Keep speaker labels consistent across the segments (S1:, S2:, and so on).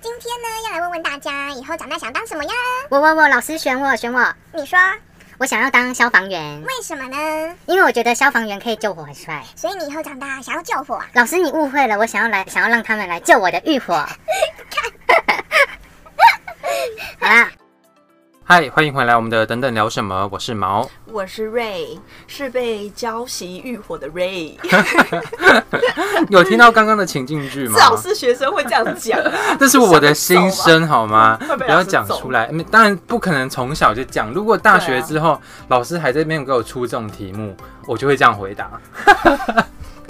S1: 今天呢，要来问问大家，以后长大想当什么呀？
S2: 我我我，老师选我选我，
S1: 你说
S2: 我想要当消防员，
S1: 为什么呢？
S2: 因为我觉得消防员可以救火很帅。
S1: 所以你以后长大想要救火啊？
S2: 老师你误会了，我想要来想要让他们来救我的浴火。 好啦，
S3: 嗨，欢迎回来我们的等等聊什么，我是毛。
S4: 我是 Ray，是被浇熄欲火的 Ray。
S3: 有听到刚刚的情境剧吗
S4: 至？少是学生会这样讲 啊
S3: 这是我的心声好吗？
S4: 会被
S3: 不
S4: 老
S3: 要
S4: 师
S3: 讲
S4: 揍
S3: 出来，嗯当然不可能从小就讲。如果大
S4: 对
S3: 学
S4: 啊
S3: 之后、老师还在那边给我出这种题目，我就会这样回答。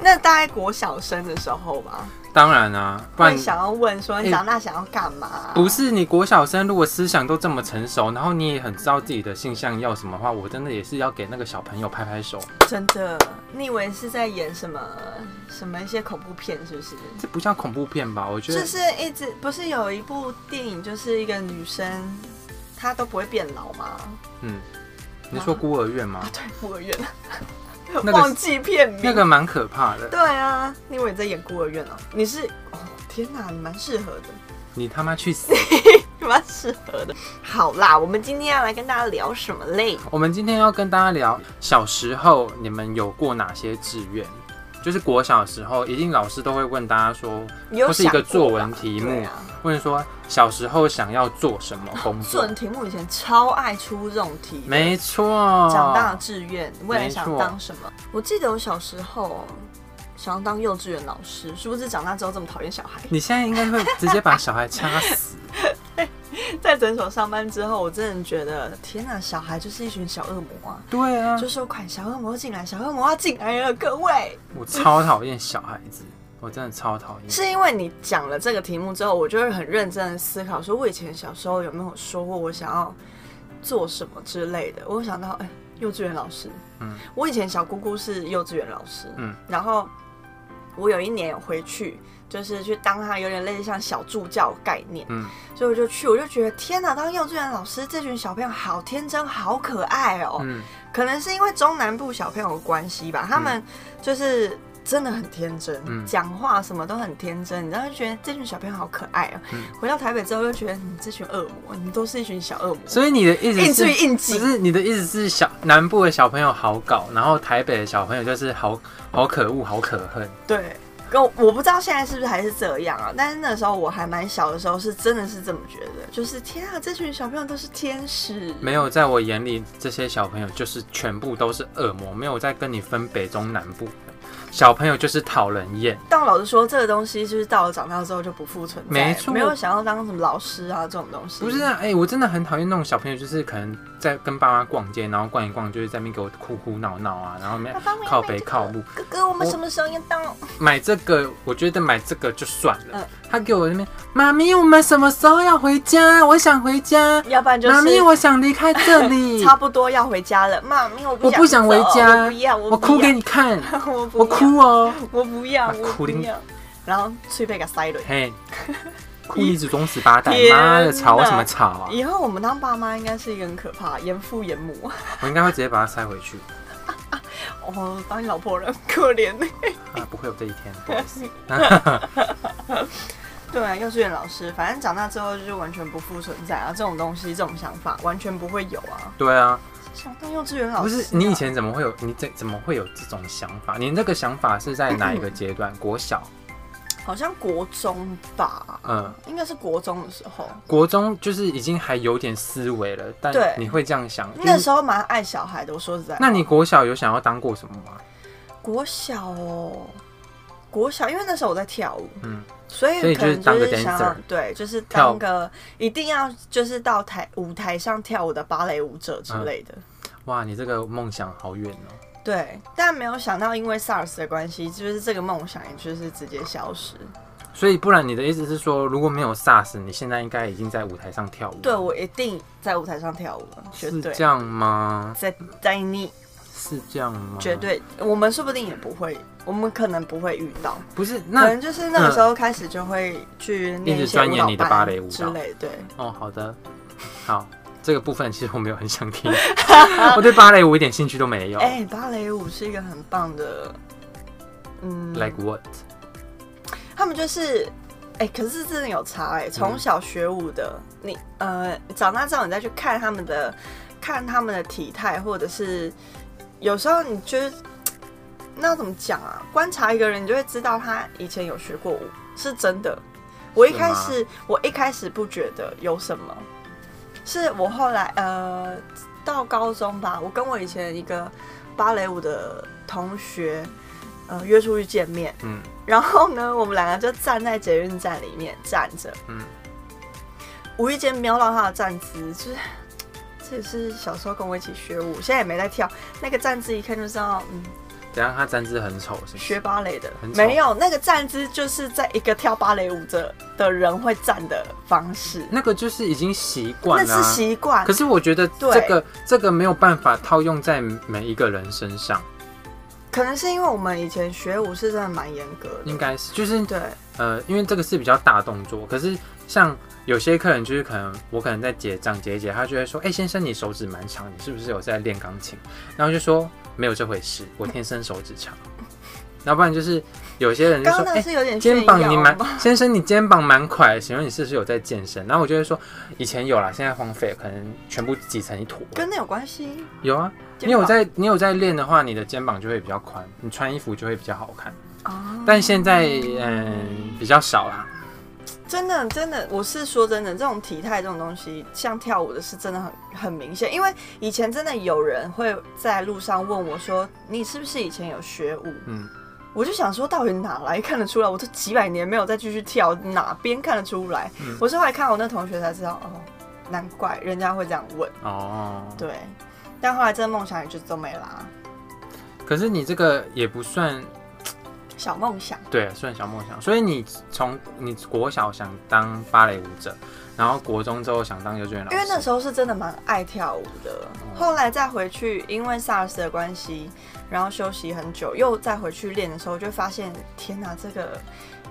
S4: 那大概国小生的时候吧，
S3: 当然啊，不然
S4: 会想要问说你
S3: 哎
S4: 长大想要干嘛？
S3: 不是你国小生，如果思想都这么成熟，然后你也很知道自己的性向要什么的话，我真的也是要给那个小朋友拍拍手。
S4: 真的，你以为是在演什么什么一些恐怖片是不是？
S3: 这不叫恐怖片吧？我觉得
S4: 就是一直不是有一部电影，就是一个女生她都不会变老吗？
S3: 你是说孤儿院吗？
S4: 啊，对，孤儿院，
S3: 个
S4: 忘记片名。
S3: 那个蛮可怕的。
S4: 对啊，你以为你在演孤儿院哦？你是哦，天哪，你蛮适合的。
S3: 你他妈去死！
S4: 蛮适合的。好啦，我们今天要来跟大家聊什么嘞？
S3: 我们今天要跟大家聊小时候你们有过哪些志愿？就是国小的时候，一定老师都会问大家说，
S4: 你有
S3: 或是一个
S4: 想过
S3: 作文
S4: 吧
S3: 题目
S4: 对啊
S3: 问说小时候想要做什么工
S4: 作
S3: 作
S4: 文？题目以前超爱出这种题，
S3: 没错，
S4: 长大的志愿，你未来
S3: 没
S4: 想
S3: 错
S4: 当什么？我记得我小时候想要当幼稚园老师，殊不知长大之后这么讨厌小孩。
S3: 你现在应该会直接把小孩掐死。
S4: 在诊所上班之后，我真的觉得天哪，小孩就是一群小恶魔啊！
S3: 对啊，
S4: 就说快，小恶魔进来，小恶魔要进来了，各位！
S3: 我超讨厌小孩子，我真的超讨厌。
S4: 是因为你讲了这个题目之后，我就会很认真的思考，说我以前小时候有没有说过我想要做什么之类的。我想到，哎、幼稚园老师，
S3: 嗯
S4: 我以前小姑姑是幼稚园老师，
S3: 嗯
S4: 然后我有一年有回去，就是去当她有点类似像小助教概念，
S3: 嗯，
S4: 所以我就去，我就觉得天哪，当幼稚园老师，这群小朋友好天真，好可爱哦、
S3: 嗯，
S4: 可能是因为中南部小朋友的关系吧，他们就是真的很天真
S3: 嗯，
S4: 讲、话什么都很天真，你知道就觉得这群小朋友好可爱哦、
S3: 嗯
S4: 回到台北之后就觉得嗯你这群恶魔，你们都是一群小恶魔。
S3: 所以你的意思
S4: 硬
S3: 是，
S4: 至于硬
S3: 不
S4: 挤，
S3: 是你的意思是小南部的小朋友好搞，然后台北的小朋友就是好好可恶、好可恨。
S4: 对。跟我我不知道现在是不是还是这样啊，但是那时候我还蛮小的时候，是真的是这么觉得，就是天啊，这群小朋友都是天使，
S3: 没有，在我眼里，这些小朋友就是全部都是恶魔，没有在跟你分北中南部。小朋友就是讨人厌，
S4: 但老实说，这个东西就是到了长大之后就不复存在，
S3: 没错
S4: 没有想要当什么老师啊这种东西，
S3: 不是啊？哎、我真的很讨厌那种小朋友，就是可能在跟爸妈逛街，然后逛一逛，就是在那边给我哭哭闹闹啊，然后没
S4: 爸爸我要买
S3: 靠北
S4: 这个
S3: 靠步，
S4: 哥哥，我们
S3: 我
S4: 什么时候要当？
S3: 买这个，我觉得买这个就算了。
S4: 嗯
S3: 他给我那边，妈咪，我们什么时候要回家？我想回家，
S4: 要不然就
S3: 妈咪，
S4: 是
S3: 我想离开这 里，
S4: 差不多要回家了。妈咪，我
S3: 嗯
S4: 不
S3: 我不想回家
S4: 我不要，
S3: 我
S4: 我
S3: 哭给
S4: 你，
S3: 你看，
S4: 我不
S3: 我
S4: 要，
S3: 哭哦，
S4: 我不要，
S3: 啊
S4: 我
S3: 哭
S4: 不
S3: 你
S4: 要。然后翠被给塞了。
S3: 嘿， 哭你祖宗十八代，
S4: 天
S3: 妈的吵
S4: 哪
S3: 什么吵啊！
S4: 以后我们当爸妈应该是一个很可怕，严父严母。
S3: 我应该会直接把它塞回去，
S4: 哦，当你老婆了，可怜。
S3: 啊，不会有这一天，不好意思。
S4: 对啊，幼稚园老师，反正长大之后就完全不复存在啊，这种东西，这种想法完全不会有啊。
S3: 对啊，
S4: 想当幼稚园老
S3: 不
S4: 师啊、
S3: 是你以前怎么会有你怎怎么会有这种想法？你那个想法是在哪一个阶 段？国小，
S4: 好像国中吧，
S3: 嗯，
S4: 应该是国中的时候。
S3: 国中就是已经还有点思维了，但
S4: 对
S3: 你会这样想？
S4: 那
S3: 就是
S4: 时候蛮爱小孩的，我说实在话。
S3: 那你国小有想要当过什么吗？
S4: 国小哦，国小，因为那时候我在跳舞，
S3: 嗯
S4: 嗯，所
S3: 所以
S4: 以
S3: 就
S4: 可
S3: 是
S4: 能
S3: 当个
S4: 是想
S3: dancer
S4: 要对，就是当个一定要就是到台舞台上跳舞的芭蕾舞者之
S3: 嗯
S4: 类的。
S3: 哇，你这个梦想好远哦。
S4: 对，但没有想到，因为 SARS 的关系，就是这个梦想也就是直接消失。
S3: 所以，不然你的意思是说，如果没有 SARS，你现在应该已经在舞台上跳舞？
S4: 对，我一定在舞台上跳舞了，绝
S3: 是
S4: 对
S3: 这。样吗？
S4: 在在你
S3: 是这样吗？
S4: 绝对，我们说不定也不会，我们可能不会遇到，
S3: 不是。
S4: 可
S3: 那嗯
S4: 能就是那个时候开始就会去
S3: 一
S4: 念
S3: 直
S4: 一些
S3: 钻研
S4: 舞蹈
S3: 你的
S4: 班
S3: 芭蕾舞
S4: 之
S3: 蹈
S4: 类，对。
S3: 哦，好的，好，这个部分其实我没有很想 听， 我对芭蕾舞一点兴趣都没有。
S4: 哎、芭蕾舞是一个很棒的，嗯
S3: Like what？
S4: 他们就是哎、可是真的有
S3: 嗯
S4: 差哎、从小学舞的，你呃长大之后你再去看他们的，看他们的体态，或者是有时候你觉得那要怎么讲啊？观察一个人，你就会知道他以前有学过舞，是真的。我一
S3: 是
S4: 开
S3: 吗
S4: 始我一开始不觉得有什么，是我后来呃到高中吧，我跟我以前一个芭蕾舞的同学，呃约出去见面，
S3: 嗯，
S4: 然后呢，我们两个就站在捷运站里面站着，
S3: 嗯
S4: 嗯，无意间瞄到他的站姿，就是这也是小时候跟我一起学舞，现在也没在跳，那个站姿一看就知道，嗯，
S3: 怎样？他站姿很丑，是不是
S4: 学芭蕾的
S3: 很，丑
S4: 没有那个站姿就是在一个跳芭蕾舞的的人会站的方式，
S3: 那个就是已经习
S4: 那
S3: 惯了、
S4: 是习惯
S3: 可，是我觉得
S4: 对
S3: 这个这个没有办法套用在每一个人身上，
S4: 可能是因为我们以前学舞是真的蛮严格的，
S3: 应该是就是
S4: 对，
S3: 呃，因为这个是比较大动作，可是像有些客人就是可能我可能在结账结一结，他就会说，哎、先生你手指蛮长，你是不是有在练钢琴？然后就说没有这回事，我天生手指长。 要不然就是有些人就
S4: 刚
S3: 说，
S4: 刚
S3: 哎、
S4: 那是有点炫
S3: 肩
S4: 耀
S3: 膀你蛮
S4: 好不好
S3: 先生，你肩膀蛮宽，请问你是不是有在健身？然后我就会说，以前有啦，现在荒废了，可能全部挤成一坨了。
S4: 跟那有关系，
S3: 有啊，
S4: 肩
S3: 你有
S4: 膀
S3: 在你有在练的话，你的肩膀就会比较宽，你穿衣服就会比较好看。
S4: 哦
S3: 但现在嗯比较少啦，
S4: 真的，真的，我是说真的，这种体态这种东西，像跳舞的是真的很很明显。因为以前真的有人会在路上问我说：“你是不是以前有学舞
S3: 嗯，？”
S4: 我就想说，到底哪来看得出来？我都几百年没有再继续跳，哪边看得出来？
S3: 嗯
S4: 我是后来看我那同学才知道，哦，难怪人家会这样问。
S3: 哦，
S4: 对，但后来这个梦想也就都没啦，
S3: 可是你这个也不算
S4: 小梦想。
S3: 对，算小梦想。所以你从你国小想当芭蕾舞者，然后国中之后想当幼稚园老师，
S4: 因为那时候是真的蛮爱跳舞的，
S3: 嗯
S4: 后来再回去，因为 SARS 的关系，然后休息很久，又再回去练的时候，就发现天哪，这个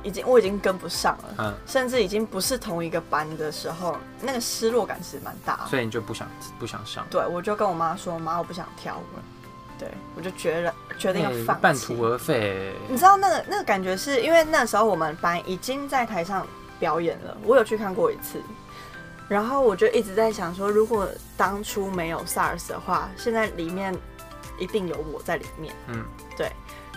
S4: 已经我已经跟不上了，
S3: 嗯
S4: 甚至已经不是同一个班的时候，那个失落感是蛮大的。
S3: 所以你就不想不想上，
S4: 对，我就跟我妈说，妈，我不想跳舞了，对我就决然决定要
S3: 哎
S4: 放
S3: 半
S4: 弃
S3: 途。而废。
S4: 你知道那个那个感觉是因为那时候我们班已经在台上表演了，我有去看过一次，然后我就一直在想说，如果当初没有 SARS 的话，现在里面一定有我在里面。
S3: 嗯，
S4: 对。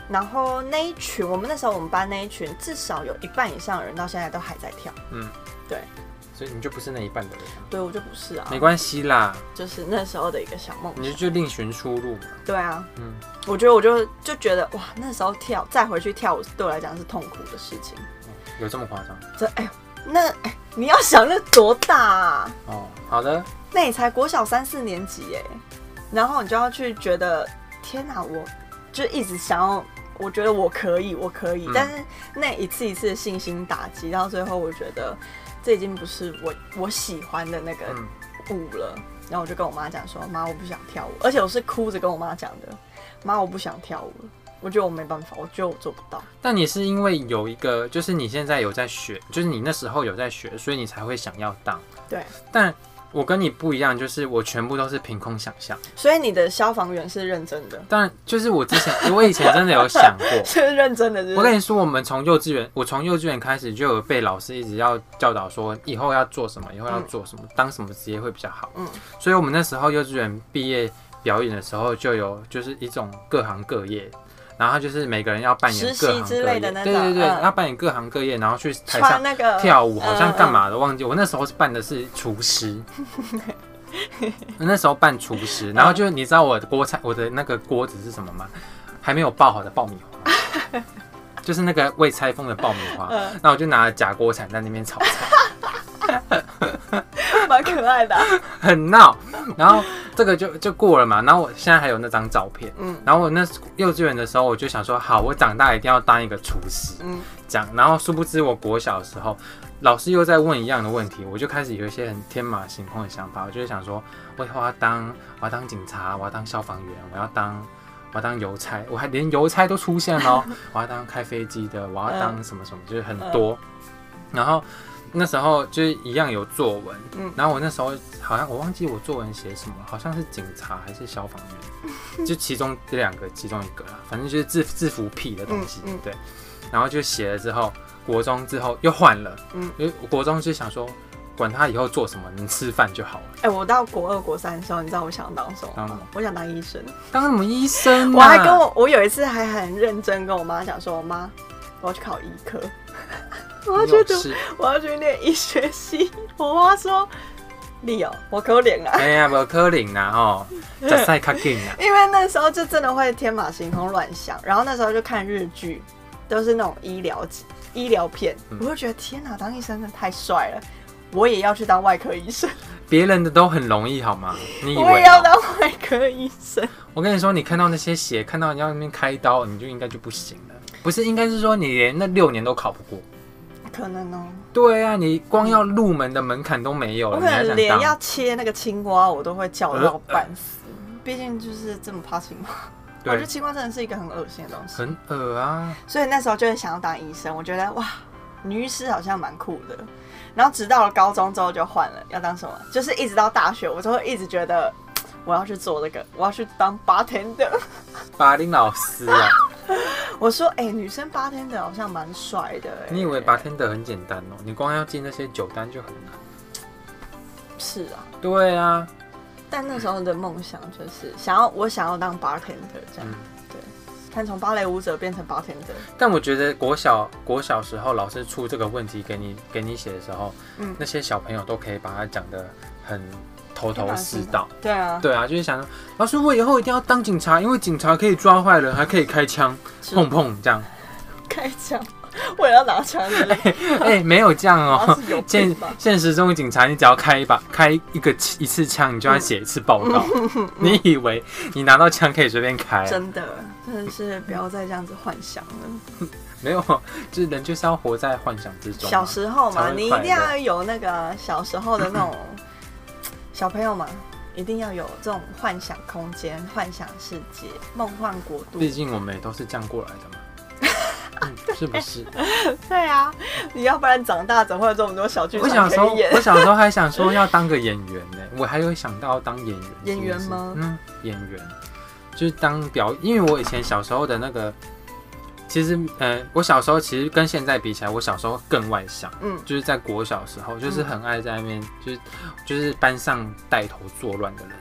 S4: 然后那一群，我们那时候我们班那一群，至少有一半以上的人到现在都还在跳。
S3: 所以你就不是那一半的人啊，
S4: 对我就不是啊，
S3: 没关系啦，
S4: 就是那时候的一个小梦
S3: 你
S4: 想。
S3: 就另寻出路嘛。
S4: 对啊，
S3: 嗯，
S4: 我觉得我就就觉得哇，那时候跳再回去跳舞对我来讲是痛苦的事情。
S3: 有这么夸张？
S4: 这哎呦，那哎你要想那多大啊？
S3: 哦，好的，
S4: 那你才国小三四年级哎，然后你就要去觉得天哪，我就一直想要，我觉得我可以，我可以，
S3: 嗯
S4: 但是那一次一次的信心打击，到最后我觉得这已经不是我我喜欢的那个
S3: 嗯，
S4: 舞了。然后我就跟我妈讲说：“妈，我不想跳舞。”而且我是哭着跟我妈讲的：“妈，我不想跳舞了，我觉得我没办法，我觉得我做不到。
S3: 但你是因为有一个，就是你现在有在学，就是你那时候有在学，所以你才会想要当。”
S4: 对，
S3: 但我跟你不一样，就是我全部都是凭空想象。
S4: 所以你的消防员是认真的，
S3: 但就是我之前，我以前真的有想过。
S4: 是认真的是不是
S3: 我跟你说，我们从幼稚园，我从幼稚园开始就有被老师一直要教导说，以后要做什么，以后要做什么，当什么职业会比较好。
S4: 嗯
S3: 所以我们那时候幼稚园毕业表演的时候，就有就是一种各行各业，然后就是每个人要扮演
S4: 实
S3: 各
S4: 习
S3: 行
S4: 之
S3: 各
S4: 类
S3: 业，
S4: 的那
S3: 对对
S4: 种
S3: 对，
S4: 嗯
S3: 要扮演各行各业，然后去台
S4: 穿
S3: 上
S4: 那个
S3: 跳舞，好像干
S4: 嗯嗯
S3: 嘛的忘记。我那时候是扮的是厨师，我那时候扮厨师，然后就你知道我的锅菜，我的那个锅子是什么吗？还没有爆好的爆米花，就是那个未拆封的爆米花。那我就拿假锅铲在那边炒菜，
S4: 蛮可爱的啊、
S3: 很闹。然后这个就就过了嘛。然后我现在还有那张照片。
S4: 嗯
S3: 然后我那幼稚园的时候，我就想说，好，我长大一定要当一个厨师。
S4: 嗯，
S3: 这样，然后殊不知我国小的时候，老师又在问一样的问题，我就开始有一些很天马行空的想法，我就会想说，我以后要当我要当警察，我要当消防员，我要当我要当邮差，我还连邮差都出现了哦，我要当开飞机的，我要当什么什么，就是很多。然后那时候就是一样有作文，
S4: 嗯
S3: 然后我那时候好像我忘记我作文写什么了，好像是警察还是消防员， 就其中这两个其中一个啦，反正就是制制服癖的东西，
S4: 嗯嗯
S3: 对。然后就写了之后，国中之后又换了，
S4: 嗯
S3: 嗯，因为我国中就想说，管他以后做什么，能吃饭就好了，
S4: 哎、我到国二、国三的时候，你知道我想当什么
S3: 当什
S4: 吗
S3: 么？
S4: 我想当医生。
S3: 当什么医生、啊？
S4: 我还跟我，我有一次还很认真跟我妈讲说，妈，我要去考医科， 我要
S3: 你
S4: 去
S3: 有
S4: 读，
S3: 事
S4: 我要去念医学系。 我妈说，你哦，我可怜啊，
S3: 哎呀，无可能啦吼，食哦赛较紧啦。
S4: 因为那时候就真的会天马行空乱想，然后那时候就看日剧，都是那种医疗医疗片，
S3: 嗯
S4: 我就觉得天哪，当医生真的太帅了。我也要去当外科医生，
S3: 别人的都很容易好吗？你以为、啊哦
S4: 我也要当外科医生。
S3: 我跟你说，你看到那些血，看到人家那边开刀，你就应该就不行了。不是，应该是说你连那六年都考不过。
S4: 可能哦，
S3: 对啊，你光要入门的门槛都没有
S4: 我
S3: 了，
S4: 可
S3: 你还
S4: 能
S3: 想
S4: 连要
S3: 当？呃
S4: 切那个青瓜我都会叫到半死，毕竟就是这么怕青瓜。我觉得
S3: 对，
S4: 青瓜真的是一个很恶心的东西，
S3: 很恶啊。
S4: 所以那时候就很想要当医生。我觉得哇，女医师好像蛮酷的。然后直到了高中之后就换了，要当什么？就是一直到大学，我就会一直觉得我要去做这个，我要去当 bartender。
S3: 巴林老师啊，
S4: 我说，哎、女生 bartender 好像蛮帅的、哎
S3: 你以为 bartender 很简单哦？你光要记那些酒单就很难。
S4: 是啊？
S3: 对啊，
S4: 但那时候的梦想就是想要，我想要当 bartender 这样，
S3: 嗯
S4: 对。但从芭蕾舞者变成 bartender，
S3: 但我觉得国小国小时候老师出这个问题给你给你写的时候，
S4: 嗯
S3: 那些小朋友都可以把它讲得很头头是道。
S4: 对啊，
S3: 对啊，就是想说，老师我以后一定要当警察，因为警察可以抓坏人，还可以开枪，
S4: 是
S3: 碰碰这样。
S4: 开枪，我也要拿枪的，
S3: 哎、没有这样
S4: 好
S3: 哦
S4: 像是有。病
S3: 现
S4: 吧
S3: 现实中的警察，你只要开一把开一个一次枪，你就要写一次报 告。你以为你拿到枪可以随便开、啊？
S4: 真的，真的是不要再这样子幻想了。
S3: 没有，就是人就是要活在幻想之中、啊。
S4: 小时候嘛，
S3: 才会快乐
S4: 你一定要有那个小时候的那种 小朋友嘛，一定要有这种幻想空间、幻想世界、梦幻国度。
S3: 毕竟我们也都是这样过来的嘛，嗯、是不是？
S4: 对啊，你要不然长大怎么会有这么多小剧
S3: 我小
S4: 场
S3: 时
S4: 可
S3: 候
S4: 以演，？
S3: 我小时候还想说要当个演员呢、我还有想到当演员。
S4: 演员吗
S3: 是不是嗯，演员就是当表，因为我以前小时候的那个，其实呃，我小时候其实跟现在比起来，我小时候更外向。
S4: 嗯，
S3: 就是在国小时候，就是很爱在那边，就是就是班上带头作乱的人，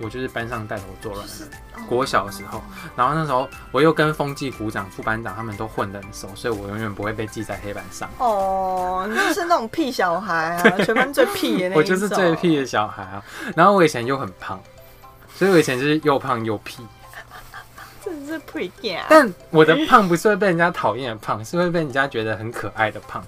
S3: 我就是班上带头作乱的人。
S4: 哦
S3: 国小的时候，然后那时候我又跟风纪股长、副班长他们都混得很熟，所以我永远不会被记在黑板上。
S4: 哦，你就是那种屁小 孩啊，全班最屁的那一种。
S3: 我就是最屁的小孩啊。然后我以前又很胖，所以我以前就是又胖又屁。
S4: 真的是屁眼。
S3: 但我的胖不是会被人家讨厌的胖，是会被人家觉得很可爱的胖。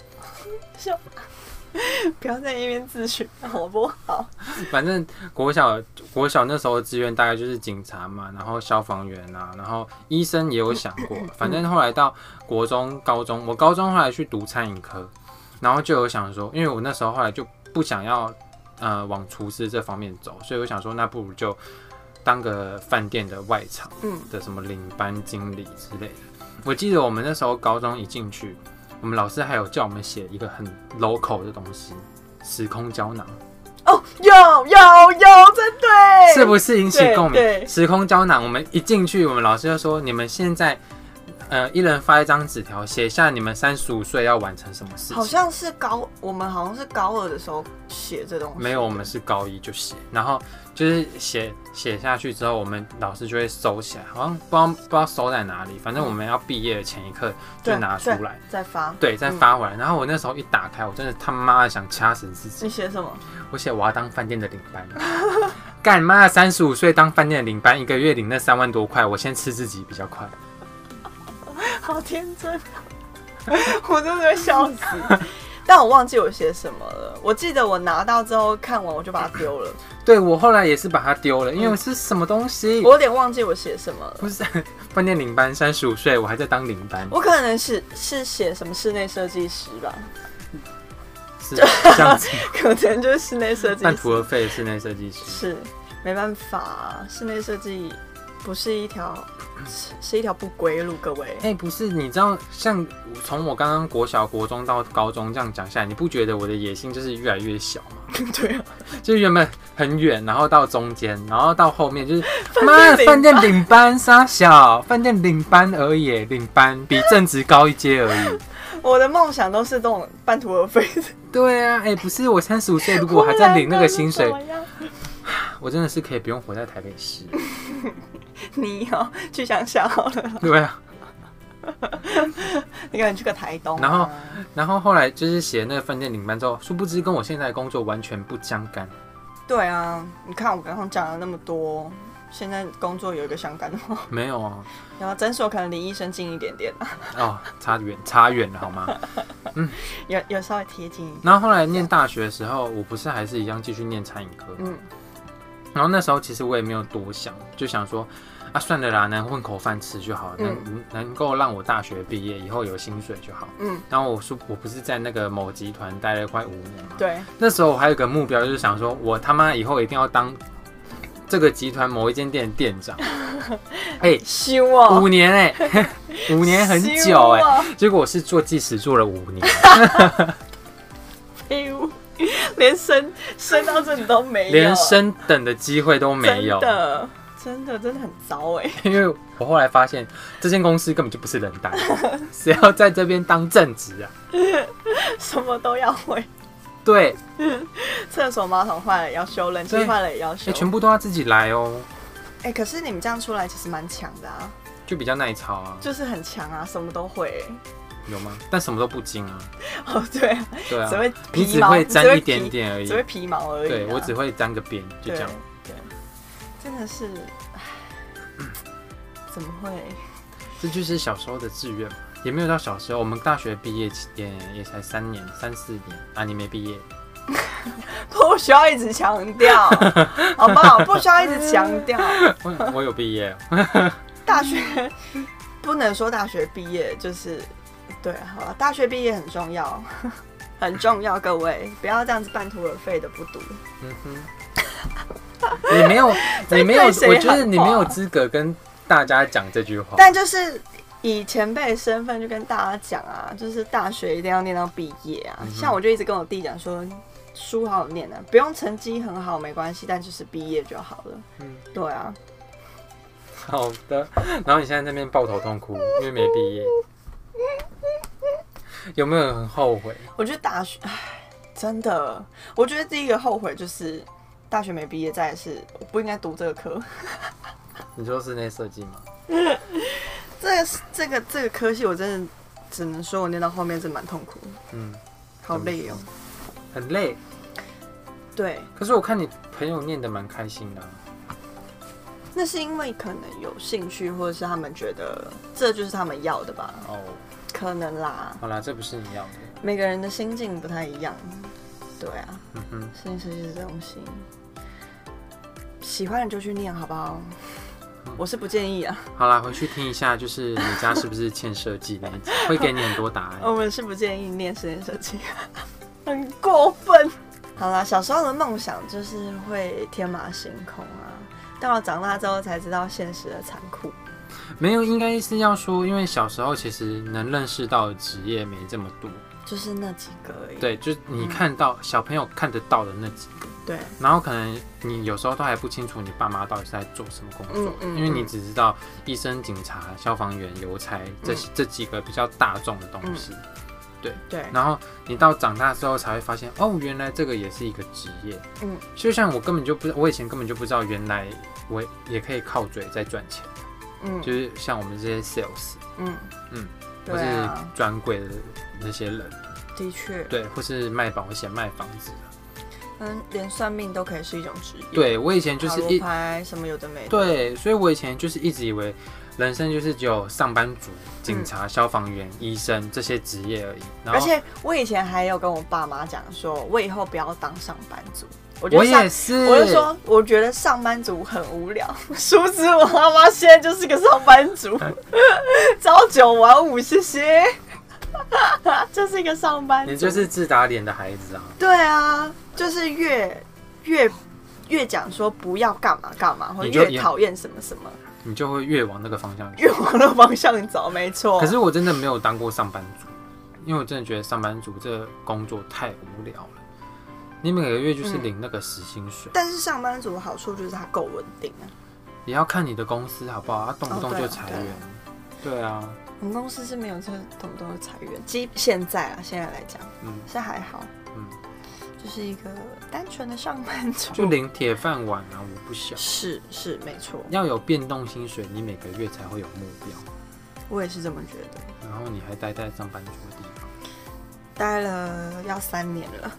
S4: 不要在那边自寻，好不好？
S3: 反正国小国小那时候的志愿大概就是警察嘛，然后消防员啊，然后医生也有想过。反正后来到国中、高中，我高中后来去读餐饮科，然后就有想说，因为我那时候后来就不想要呃往厨师这方面走，所以我想说，那不如就当个饭店的外场
S4: 嗯
S3: 的什么领班经理之类的。我记得我们那时候高中一进去，我们老师还有叫我们写一个很 local 的东西，时空胶囊。
S4: 哦，有有有，真对，
S3: 是不是引起共
S4: 对对
S3: 鸣？时空胶囊，我们一进去，我们老师就说：“你们现在，呃，一人发一张纸条，写下你们三十五岁要完成什么事情。”
S4: 好像是高，我们好像是高二的时候写这东西。
S3: 没有，我们是高一就写，然后就是写写下去之后，我们老师就会收起来，好像不知道不知道收在哪里，反正我们要毕业的前一刻
S4: 嗯对
S3: 就拿出来，
S4: 再发。
S3: 对，再发回来。然后我那时候一打开，我真的他妈的想掐死自己
S4: 你。写什么？
S3: 我写我要当饭店的领班， 干妈三十五岁当饭店的领班，一个月领那三万多块，我先吃自己比较快。
S4: 好天真， 我真的会笑死。但我忘记我写什么了。我记得我拿到之后看完我就把它丢了，
S3: 对我后来也是把它丢了，因为是什么东西？
S4: 嗯我有点忘记我写什么了。
S3: 不是 饭店领班，三十五岁，我还在当领班，
S4: 我可能是是写什么室内设计师吧，
S3: 是这样子。
S4: 可能就是室内设计
S3: 但
S4: 师。
S3: 土耳费室内设计 师，
S4: 是，没办法、室内设计不是一条， 是是一条不归路，各 位。
S3: 哎、不是，你知道，像从我刚刚国小、国中到高中这样讲下来，你不觉得我的野心就是越来越小吗？
S4: 对啊，
S3: 就是原本很远，然后到中间，然后到后面就是妈的 饭店领 班傻小，饭店领班而已，领班比正职高一阶而已。
S4: 我的梦想都是这种半途而废的。
S3: 对啊，哎、不是我三十五岁，如 果我还在领那个薪水
S4: 不，然能怎么样
S3: 我真的是可以不用活在台北市。
S4: 你哦，去想想好了，
S3: 对啊，
S4: 你可能去个台东啊、
S3: 然后然后后来就是写那个饭店领班之后，殊不知跟我现在的工作完全不相干。
S4: 对啊，你看我刚刚讲了那么多，现在工作有一个相干的话，
S3: 没有啊，
S4: 然后诊所可能离医生近一点点啊，
S3: 哦，差远差远了好吗？
S4: 有有稍微贴近一点。
S3: 然后后来念大学的时候，我不是还是一样继续念餐饮科吗？
S4: 嗯
S3: 然后那时候其实我也没有多想，就想说啊，算了啦，能混口饭吃就
S4: 嗯
S3: 好，能、能够让我大学毕业以后有薪水就好。
S4: 嗯，
S3: 然后我说我不是在那个某集团待了快五年嘛，
S4: 对，
S3: 那时候我还有个目标，就是想说我他妈以后一定要当这个集团某一间店的店 长。哎、
S4: 希望
S3: 五年哎、 五年很久哎、结果我是做计时做了五年，
S4: 哎呦， 连升升到这里都 没有，
S3: 连升等的机会都没有
S4: 真，的真的真的很糟哎、
S3: 因为我后来发现这间公司根本就不是人单，谁要在这边当正职啊？
S4: 什么都要会，
S3: 对，
S4: 厕所马桶坏了也要修，冷气
S3: 对
S4: 坏了也要
S3: 哎、
S4: 修。
S3: 全部都要自己来哦，
S4: 哎、可是你们这样出来其实蛮强的啊，
S3: 就比较耐操啊，
S4: 就是很强啊，什么都会、
S3: 有吗？但什么都不精 啊，
S4: 哦，对、啊，
S3: 对
S4: 只
S3: 啊，
S4: 会
S3: 你
S4: 皮
S3: 只
S4: 毛，
S3: 会沾
S4: 皮
S3: 一点，点而已
S4: 只，会皮毛而已、啊。
S3: 对我只会沾个边，就这样。
S4: 对。对，真的是，唉怎么会？
S3: 这就是小时候的志愿嘛，也没有到小时候，我们大学毕业期间也才三年、三四年啊，你没毕 业，
S4: 不需要一直强调，好不好？不需要一直强调。
S3: 我我有毕业，
S4: 大学不能说大学毕业就是对，好吧，大学毕业很重要，很重要，各位不要这样子半途而废的不读。
S3: 嗯哼，你嗯没 有，你没有，
S4: 在谁
S3: 我觉得你没有
S4: 喊话
S3: 资格跟大家讲这句话。
S4: 但就是以前辈身份就跟大家讲啊，就是大学一定要念到毕业啊。
S3: 嗯哼
S4: 像我就一直跟我弟讲说，书好好念啊，不用成绩很好没关系，但就是毕业就好了。
S3: 嗯
S4: 对啊，
S3: 好的，然后你现在在那边抱头痛哭，因为没毕业，有没有很后悔？
S4: 我觉得大学，唉，真的，我觉得第一个后悔就是大学没毕业，再来是我不应该读这个科。
S3: 你说室内设计吗？
S4: 这个是这个这个科系，我真的只能说我念到后面真的蛮痛苦的，
S3: 嗯，
S4: 好累哦。
S3: 很累，
S4: 对，
S3: 可是我看你朋友念的蛮开心的啊、
S4: 那是因为可能有兴趣，或者是他们觉得这就是他们要的吧，
S3: 哦。
S4: 可能啦。
S3: 好啦，这不是你要的，
S4: 每个人的心境不太一样，对啊，
S3: 嗯哼，
S4: 摄影设计这东西，喜欢的就去念好不好？我是不建议啊，
S3: 好啦，回去听一下，就是你家是不是欠设计那一集，会给你很多答案。
S4: 我们是不建议念室内设计， 很过分。好啦，小时候的梦想就是会天马行空啊，到了长大之后才知道现实的残酷。
S3: 没有，应该是要说，因为小时候其实能认识到的职业没这么多，
S4: 就是那几个而已。
S3: 对，就是你看到、小朋友看得到的那几个，
S4: 对
S3: 然后可能你有时候都还不清楚你爸妈到底是在做什么工作，
S4: 嗯嗯
S3: 因为你只知道医生、警察、消防员、邮差这、
S4: 嗯
S3: 这几个比较大众的东西，
S4: 对，
S3: 然后你到长大之后才会发现，哦，原来这个也是一个职业。
S4: 嗯，
S3: 就像我根本就不，我以前根本就不知道，原来我也可以靠嘴在赚钱，
S4: 嗯
S3: 就是像我们这些 sales
S4: 嗯
S3: 嗯，或
S4: 对
S3: 是
S4: 啊，
S3: 专柜的那些人，
S4: 的确，
S3: 对，或是卖保险、卖房子的。
S4: 嗯，连算命都可以是一种职业。，
S3: 对我以前就是一
S4: 牌什么有的没的。
S3: 对，所以我以前就是一直以为人生就是只有上班族、警察、消防员、医生这些职业而已。然
S4: 嗯而
S3: 后
S4: 且我以前还有跟我爸妈讲说，我以后不要当上班族。我觉
S3: 我
S4: 得上
S3: 也是，
S4: 我就说，我觉得上班族很无聊。 殊不知我他妈现在就是个上班 族，朝九晚五，谢谢。 就是一个上班族，
S3: 你就是自打脸的孩子啊。
S4: 对啊，就是越越越讲说不要干嘛干嘛，或者
S3: 你就
S4: 越讨厌什么什么，
S3: 你就会越往那个方向去。
S4: 越往那方向走，没错。
S3: 可是我真的没有当过上班族，因为我真的觉得上班族这个工作太无聊了。你每个月
S4: 嗯
S3: 就是领那个死薪水，
S4: 但是上班族的好处就是它够稳定啊，
S3: 也要看你的公司好不好，啊，动不动
S4: 哦对
S3: 就
S4: 啊
S3: 裁
S4: 对啊
S3: 员。对啊，
S4: 我们公司是没有这种东西裁员，基现在啊，现在来讲
S3: 嗯
S4: 是还好，
S3: 嗯，
S4: 就是一个单纯的上班
S3: 就
S4: 族。
S3: 零铁饭碗啊，我不想。
S4: 是是没错，
S3: 要有变动薪水，你每个月才会有目标，
S4: 我也是这么觉得。
S3: 然后你还待在上班族的地方，
S4: 待了要三年了，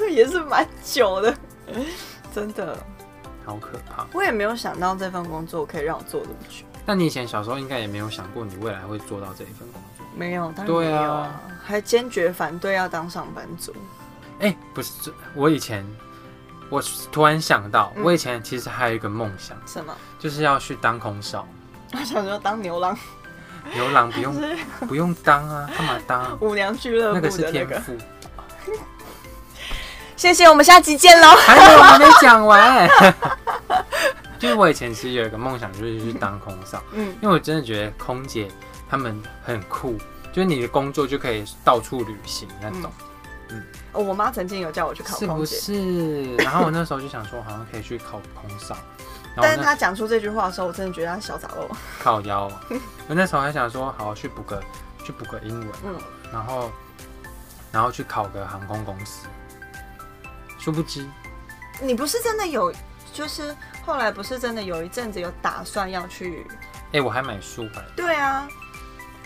S3: 嗯
S4: 也是蛮久的，真的。
S3: 好可怕。
S4: 我也没有想到这份工作可以让我做这么久，
S3: 但你以前小时候应该也没有想过你未来会做到这一份工作。
S4: 没有，当然没
S3: 对
S4: 有
S3: 啊
S4: 啊，还坚决反对要当上班族。
S3: 哎、不是，这我以前我突然想到，
S4: 嗯
S3: 我以前其实还有一个梦想，
S4: 什么？
S3: 就是要去当空少，
S4: 我想说当牛郎，
S3: 牛郎不用
S4: 是
S3: 不用当啊，干嘛当？
S4: 舞娘俱乐
S3: 那个
S4: 部
S3: 是
S4: 的那
S3: 天
S4: 个。
S3: 赋。
S4: 谢谢，我们下期见喽。
S3: 还有我还没讲 完。就是我以前其实有一个梦想，就是去当空少，
S4: 嗯，
S3: 因为我真的觉得空姐她们很酷，就是你的工作就可以到处旅行那种，
S4: 哦我妈曾经有叫我去嗯考
S3: 嗯是
S4: 空
S3: 不
S4: 姐，
S3: 是？然后我那时候就想说，好像可以去考空 少，然
S4: 但是
S3: 后我
S4: 她
S3: 哦那
S4: 讲出这句话的时候，我真的觉得她小杂货。
S3: 靠腰哦，我那时候还想说，好去补个去补个英文，啊
S4: 嗯，
S3: 然后然后去考个航空公司，殊不知
S4: 你不是真的有，就是后来不是真的有一阵子有打算要去？
S3: 哎、我还买书回来。
S4: 对啊，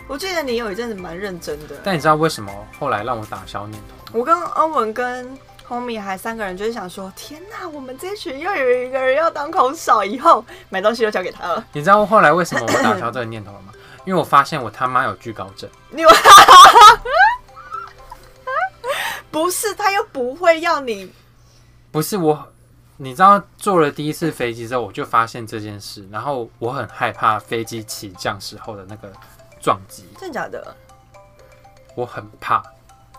S4: 我记得你有一阵子蛮认真的。
S3: 但你知道为什么后来让我打消念头吗？
S4: 我跟欧文跟 Homie 还三个人就是想说，天哪，我们这群又有一个人要当空少，以后买东西就交给他了。
S3: 你知道后来为什么我打消 这个念头了吗？因为我发现我他妈有惧高症，
S4: 你不是，他又不会要你。
S3: 不是我，你知道坐了第一次飞机之后，我就发现这件事，然后我很害怕飞机起降时候的那个撞击，
S4: 真的假的？
S3: 我很怕。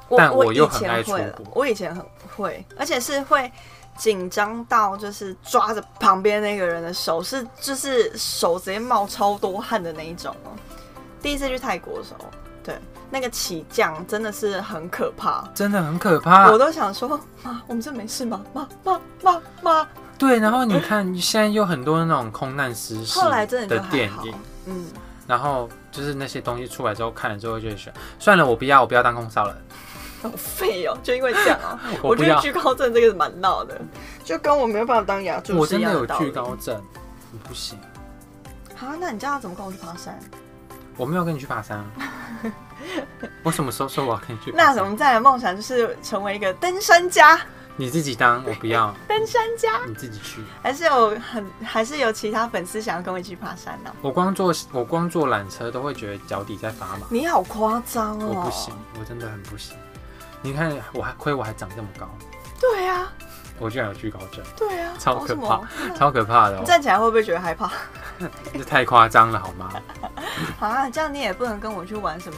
S4: 我
S3: 但
S4: 我
S3: 我又
S4: 以
S3: 很
S4: 前
S3: 爱出
S4: 会了
S3: 国，
S4: 我以前很会，而且是会紧张到就是抓着旁边那个人的手，是就是手直接冒超多汗的那一种哦。第一次去泰国的时候，对那个起降真的是很可怕。
S3: 真的很可怕
S4: 我。都想说，妈，我们这没事吗？妈妈妈妈。
S3: 对，然后你看现在有很多那种空难失事
S4: 后来真的
S3: 的
S4: 就还
S3: 电
S4: 好
S3: 影，，
S4: 嗯，
S3: 然后就是那些东西出来之后，看了之后就会选，算了，我不要，我不要当空少了，
S4: 好废哦，就因为这样 哦，
S3: 我不
S4: 觉得
S3: 要，
S4: 惧高症这个是蛮闹的，就跟我没有办法当牙柱
S3: 我
S4: 是一
S3: 真
S4: 样
S3: 的有
S4: 道
S3: 惧
S4: 理
S3: 高症，不行。
S4: 啊，那你叫他怎么跟我去爬山？
S3: 我没有跟你去爬山啊， 我什么时候说我要跟你去爬山？
S4: 那我们再来梦想就是成为一个登山家，
S3: 你自己当，我不要，
S4: 登山家
S3: 你自己去。
S4: 还是有很还是有其他粉丝想要跟我一起爬山呢、
S3: 我光坐我光坐缆车都会觉得脚底在发麻，
S4: 你好夸张哦！
S3: 我不行，，我真的很不行。你看，我还亏我还长这么高，
S4: 对啊，
S3: 我居然有惧高症，
S4: 对啊，
S3: 超
S4: 搞
S3: 可
S4: 什么
S3: 怕，超可怕的、
S4: 你
S3: 哦，
S4: 站起来会不会觉得害怕？
S3: 这太夸张了好吗？
S4: 啊，这样你也不能跟我去玩什么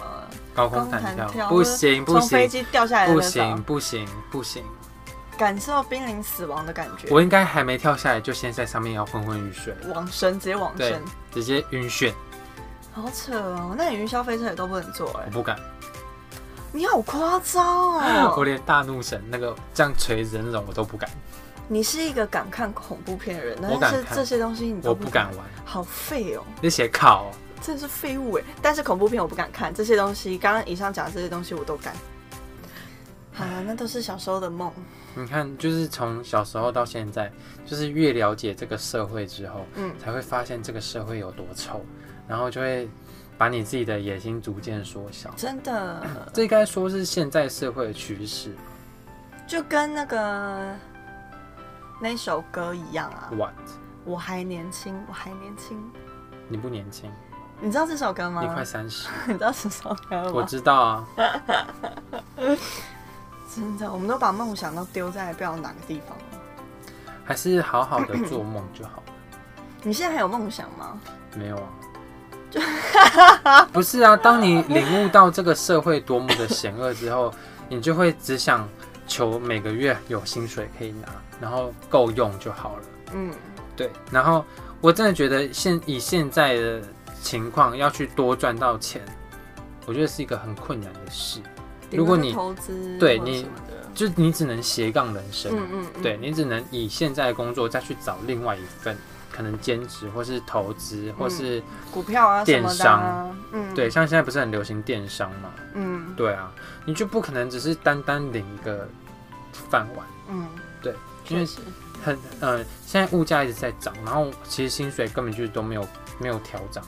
S3: 高
S4: 高
S3: 空弹
S4: 弹
S3: 跳，
S4: 跳，
S3: 不行不
S4: 从飞
S3: 行
S4: 机掉下来的
S3: 不
S4: 那种
S3: 行，不行不行，
S4: 感受濒临死亡的感觉，
S3: 我应该还没跳下来就先在上面要昏昏欲睡，
S4: 往生直接往
S3: 对
S4: 生，，
S3: 直接晕眩，
S4: 好扯哦！那你云霄飞车也都不能坐哎、
S3: 我不敢。
S4: 你好夸张
S3: 我
S4: 哦！
S3: 连大怒神那个这样锤子的那种我都不敢，
S4: 你是一个敢看恐怖片的人，
S3: 我
S4: 但
S3: 敢
S4: 是
S3: 看
S4: 这些东西你都
S3: 我不敢玩。
S4: 好废哦，
S3: 那写考哦，
S4: 真的是废物哎！但是恐怖片我不敢看，这些东西刚刚以上讲的这些东西我都敢。好了，那都是小时候的梦。
S3: 你看，就是从小时候到现在，就是越了解这个社会之后，
S4: 嗯，
S3: 才会发现这个社会有多臭，然后就会把你自己的野心逐渐缩小。
S4: 真的
S3: 这应该说是现在社会的趋势。
S4: 就跟那个那首歌一样啊！
S3: What？
S4: 我还年轻，我还年轻。
S3: 你不年轻，
S4: 你知道这首歌吗？
S3: 你快三十，
S4: 你知道是什么歌
S3: 我
S4: 吗？
S3: 知道啊。
S4: 真的，我们都把梦想都丢在不知道哪个地方了。
S3: 还是好好的做梦就好。
S4: 你现在还有梦想吗？
S3: 没有啊。 不是啊，当你领悟到这个社会多么的险恶之 后，你就会只想求每个月有薪水可以拿，然后够用就好了。
S4: 嗯，
S3: 对，然后我真的觉得现以现在的情况要去多赚到钱，我觉得是一个很困难的事。如果你
S4: 顶多是投资
S3: 对
S4: 或者
S3: 你
S4: 什么的，
S3: 就你只能斜杠人生，
S4: 嗯嗯，嗯
S3: 对，你只能以现在的工作再去找另外一份可能兼职或是投资或是、
S4: 股票啊什么的、啊，嗯，
S3: 对，，像现在不是很流行电商嘛？
S4: 嗯
S3: 对啊，你就不可能只是单单领一个饭碗，
S4: 嗯，
S3: 对，因
S4: 确
S3: 为
S4: 实，
S3: 很呃，现在物价一直在涨，然后其实薪水根本就都没有没有调涨，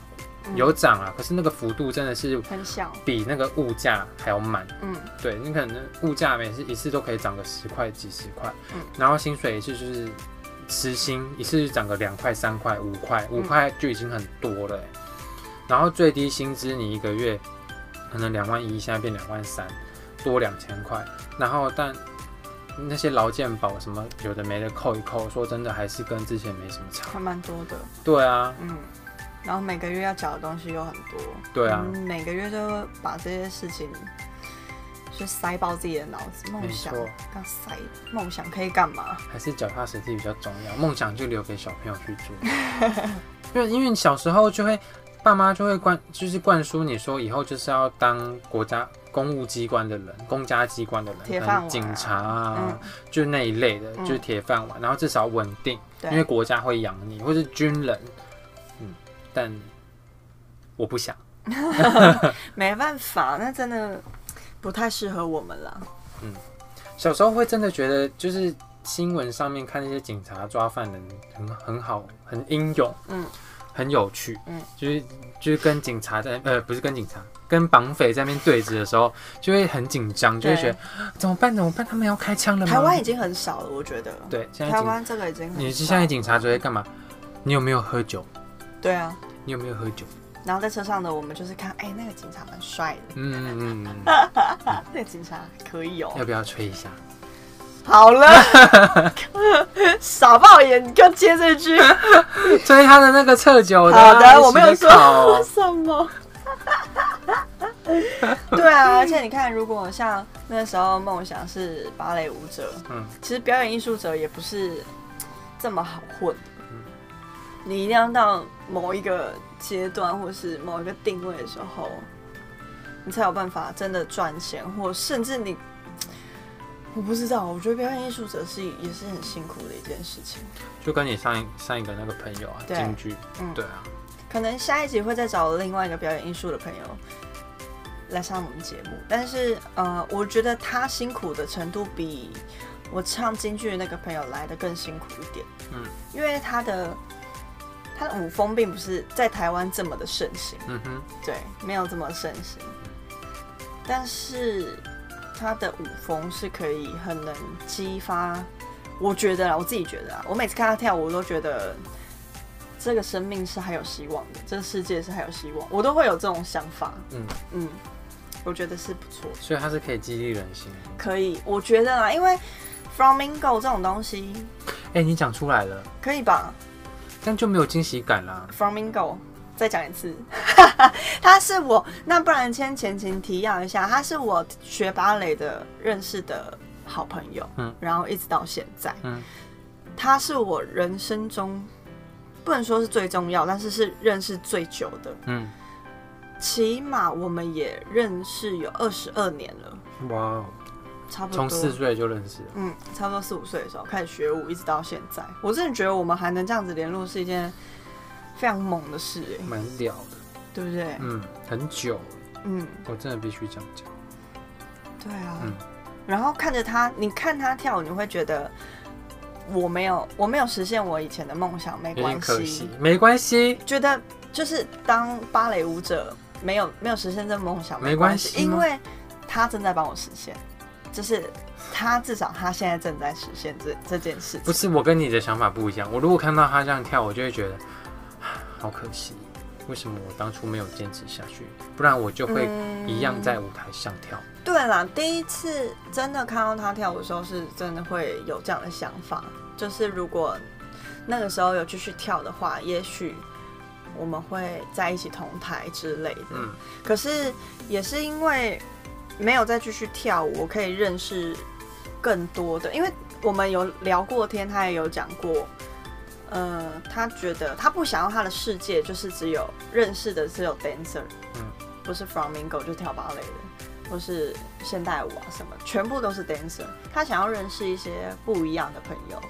S4: 嗯
S3: 有涨啊，可是那个幅度真的是
S4: 很小，
S3: 比那个物价还要慢。
S4: 嗯
S3: 对你可能物价每次一次都可以涨个十块几十块，
S4: 嗯
S3: 然后薪水一次就是时薪一次就涨个两块三块五块，五块就已经很多了欸、然后最低薪资你一个月可能两万一，现在变两万三，多两千块。然后但那些劳健保什么有的没的扣一扣，说真的还是跟之前没什么差
S4: 还。蛮多的，
S3: 对啊，
S4: 嗯，然后每个月要缴的东西又很多，
S3: 对啊
S4: 嗯每个月就会把这些事情去塞爆自己的脑子，梦想
S3: 没错
S4: 要塞梦想可以干嘛？
S3: 还是脚踏实地比较重要，梦想就留给小朋友去做。 因为因为你小时候就会，爸妈就会灌，就是灌输你说以后就是要当国家公务机关的人，公家机关的人，
S4: 铁
S3: 可
S4: 饭
S3: 能
S4: 碗
S3: 警察
S4: 嗯
S3: 啊，就那一类的，
S4: 嗯
S3: 就是铁饭碗，然后至少稳定，
S4: 对
S3: 因为国家会养你，或是军人，嗯，但我不想，
S4: 没办法，那真的不太适合我们啦。
S3: 小时候会真的觉得就是。新闻上面看那些警察抓犯人很很好，很英勇，
S4: 嗯，
S3: 很有趣，
S4: 嗯
S3: 就是就是跟警察在呃不是跟警察，跟绑匪在那边对峙的时候，就会很紧张，就
S4: 对
S3: 会觉得啊怎么办怎么办，他们要开枪了吗？
S4: 台湾已经很少了，我觉得。，
S3: 对现在
S4: 台
S3: 警，
S4: 湾这个已经很
S3: 你是
S4: 少
S3: 现在警察只会干嘛？你有没有喝酒？
S4: 对啊，
S3: 你有没有喝酒？
S4: 然后在车上的我们就是看，哎、那个警察蛮帅的，
S3: 嗯嗯嗯嗯，
S4: 那个警察可以哦、
S3: 要 不要吹一下？
S4: 好了， 傻爆眼，你给我接这句。
S3: 吹他的那个测酒的啊。
S4: 好的，我没有
S3: 洗澡
S4: 说 什么。对啊，而且你看，如果像那时候梦想是芭蕾舞者，
S3: 嗯，
S4: 其实表演艺术者也不是这么好混的。你一定要到某一个阶段或是某一个定位的时候，你才有办法真的赚钱，或甚至你，我不知道，我觉得表演艺术者是也是很辛苦的一件事情。
S3: 就跟你上一上一个那个朋友啊，
S4: 对
S3: 京剧
S4: 嗯，
S3: 对啊，
S4: 可能下一集会再找另外一个表演艺术的朋友来上我们节目，但是呃，我觉得他辛苦的程度比我唱京剧的那个朋友来的更辛苦一点。
S3: 嗯，
S4: 因为他的他的舞风并不是在台湾这么的盛行，
S3: 嗯哼，
S4: 对，没有这么盛行，但是他的舞风是可以很能激发，我觉得啦，我自己觉得啊，我每次看他跳舞，我都觉得这个生命是还有希望的，这个世界是还有希望，我都会有这种想法，
S3: 嗯，
S4: 嗯，我觉得是不错的，
S3: 所以他是可以激励人心的。
S4: 可以，我觉得啦，因为 flamingo 这种东西
S3: 哎，你讲出来了，
S4: 可以吧
S3: 但就没有惊喜感啦。
S4: ，flamingo。再讲一次， 他是我那不然先前情提要一下，他是我学芭蕾的认识的好朋友，嗯
S3: 嗯，
S4: 然后一直到现在，
S3: 嗯
S4: 他是我人生中不能说是最重要，但是是认识最久的，
S3: 嗯，
S4: 起码我们也认识有二十二年了，
S3: 哇哦。
S4: 差不多
S3: 从四岁就认识了，
S4: 嗯，差不多四五岁的时候开始学舞，一直到现在，我真的觉得我们还能这样子联络是一件非常猛的事、哎，
S3: 蛮屌的，
S4: 对不对？
S3: 嗯，很久，
S4: 嗯，
S3: 我真的必须这样讲，
S4: 对啊。
S3: 嗯
S4: 然后看着他，你看他跳舞，你会觉得我没有，我没有实现我以前的梦想，没
S3: 有点
S4: 关
S3: 可
S4: 系
S3: 惜，，没关系，
S4: 觉得就是当芭蕾舞者没有没有实现这个梦想
S3: 没
S4: 关
S3: 关系
S4: 因
S3: 吗
S4: 为他正在帮我实现，就是他至少他现在正在实现这这件事
S3: 不
S4: 情。
S3: 是我跟你的想法不一样，我如果看到他这样跳，我就会觉得 啊好可惜，为什么我当初没有坚持下去，不然我就会
S4: 嗯
S3: 一样在舞台上跳，
S4: 对啦，第一次真的看到他跳舞的时候，是真的会有这样的想法，就是如果那个时候有继续跳的话，也许我们会在一起同台之类的。
S3: 嗯
S4: 可是也是因为没有再继续跳舞，我可以认识更多的，因为我们有聊过天，他也有讲过，呃，他觉得他不想要他的世界就是只有认识的只有 dancer，
S3: 嗯
S4: 不是 flamingo 就跳芭蕾的，或是现代舞啊什么，全部都是 dancer，他想要认识一些不一样的朋友。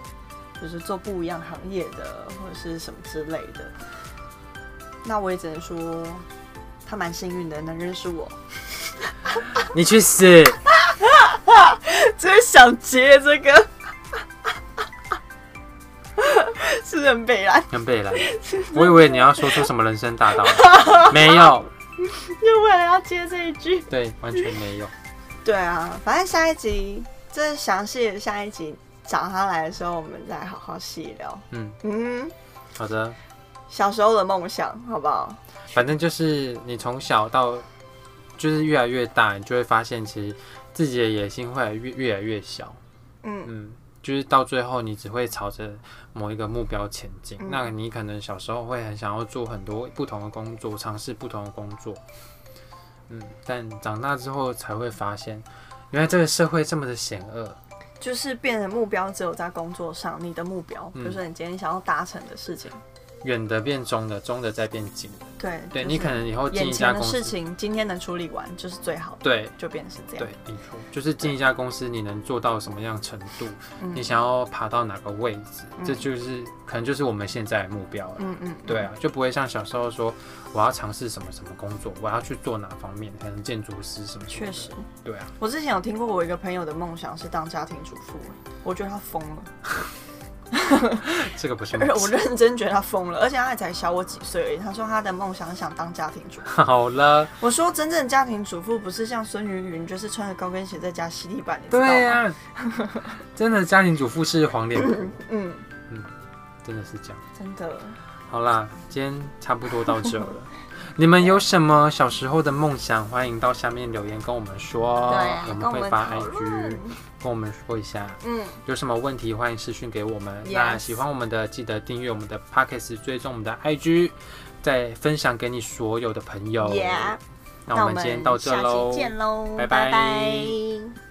S4: 就是做不一样行业的或者是什么之类的。那我也只能说，他蛮幸运的，能认识 我。
S3: 你去死！
S4: 真想接这个， 是不是很北蓝？
S3: 很北 蓝，我以为你要说出什么人生大道理，没有，
S4: 就为了要接这一句。
S3: 对，完全没有。
S4: 对啊，反正下一集，这详细的下一集找他来的时候，我们再好好细聊。
S3: 嗯，
S4: 嗯，
S3: 好的，
S4: 小时候的梦想，好不好？
S3: 反正就是你从小到就是越来越大，你就会发现其实自己的野心会越越来越小。
S4: 嗯，
S3: 嗯，就是到最后你只会朝着某一个目标前进。
S4: 嗯
S3: 那你可能小时候会很想要做很多不同的工作，尝试不同的工作。嗯，但长大之后才会发现，原来这个社会这么的险恶。
S4: 就是变成目标只有在工作上，你的目标，
S3: 嗯
S4: 比如说你今天想要达成的事情，
S3: 远的变中的，中的再变近的。
S4: 对，
S3: 对
S4: 就是
S3: 你可能以后进
S4: 眼
S3: 一家
S4: 前
S3: 公
S4: 的
S3: 司
S4: 事，情今天能处理完就是最好的，
S3: 对
S4: 就变成是这样
S3: 对。，没错，就是进一家公司，你能做到什么样程度，
S4: 嗯
S3: 你想要爬到哪个位置，
S4: 嗯
S3: 这就是可能就是我们现在的目标了。
S4: 嗯嗯，
S3: 对啊，就不会像小时候说我要尝试什么什么工作，我要去做哪方面，可能建筑师什么什么的。
S4: 确实，
S3: 对啊，
S4: 我之前有听过我一个朋友的梦想是当家庭主妇，我觉得他疯 了，
S3: 这个不是
S4: 而且
S3: 梦
S4: 我
S3: 想。
S4: 认真觉得他疯了，而且他也才小我几岁而已。他说他的梦想是想当家庭主妇。
S3: 好了，
S4: 我说真正的家庭主妇不是像孙云云，就是穿着高跟鞋在家吸地板，你知道吗？
S3: 对啊， 真的家庭主妇是黄脸 婆，
S4: 嗯，
S3: 真的是这样。
S4: 真的，
S3: 好啦，今天差不多到这了。 你们有什么小时候的梦想？欢迎到下面留言跟我们说，
S4: 对啊，
S3: 我
S4: 跟
S3: 们
S4: 我
S3: 会
S4: 们
S3: 发
S4: 讨
S3: IG
S4: 论。
S3: 跟我们说一下。
S4: 嗯，
S3: 有什么问题欢迎私讯给我们。
S4: Yes
S3: 那喜欢我们的记得订阅我们的 Pockets，追踪我们的 IG，再分享给你所有的朋友。
S4: Yeah
S3: 那我们今天到这
S4: 下
S3: 喽
S4: 期，见喽，
S3: 拜拜
S4: 拜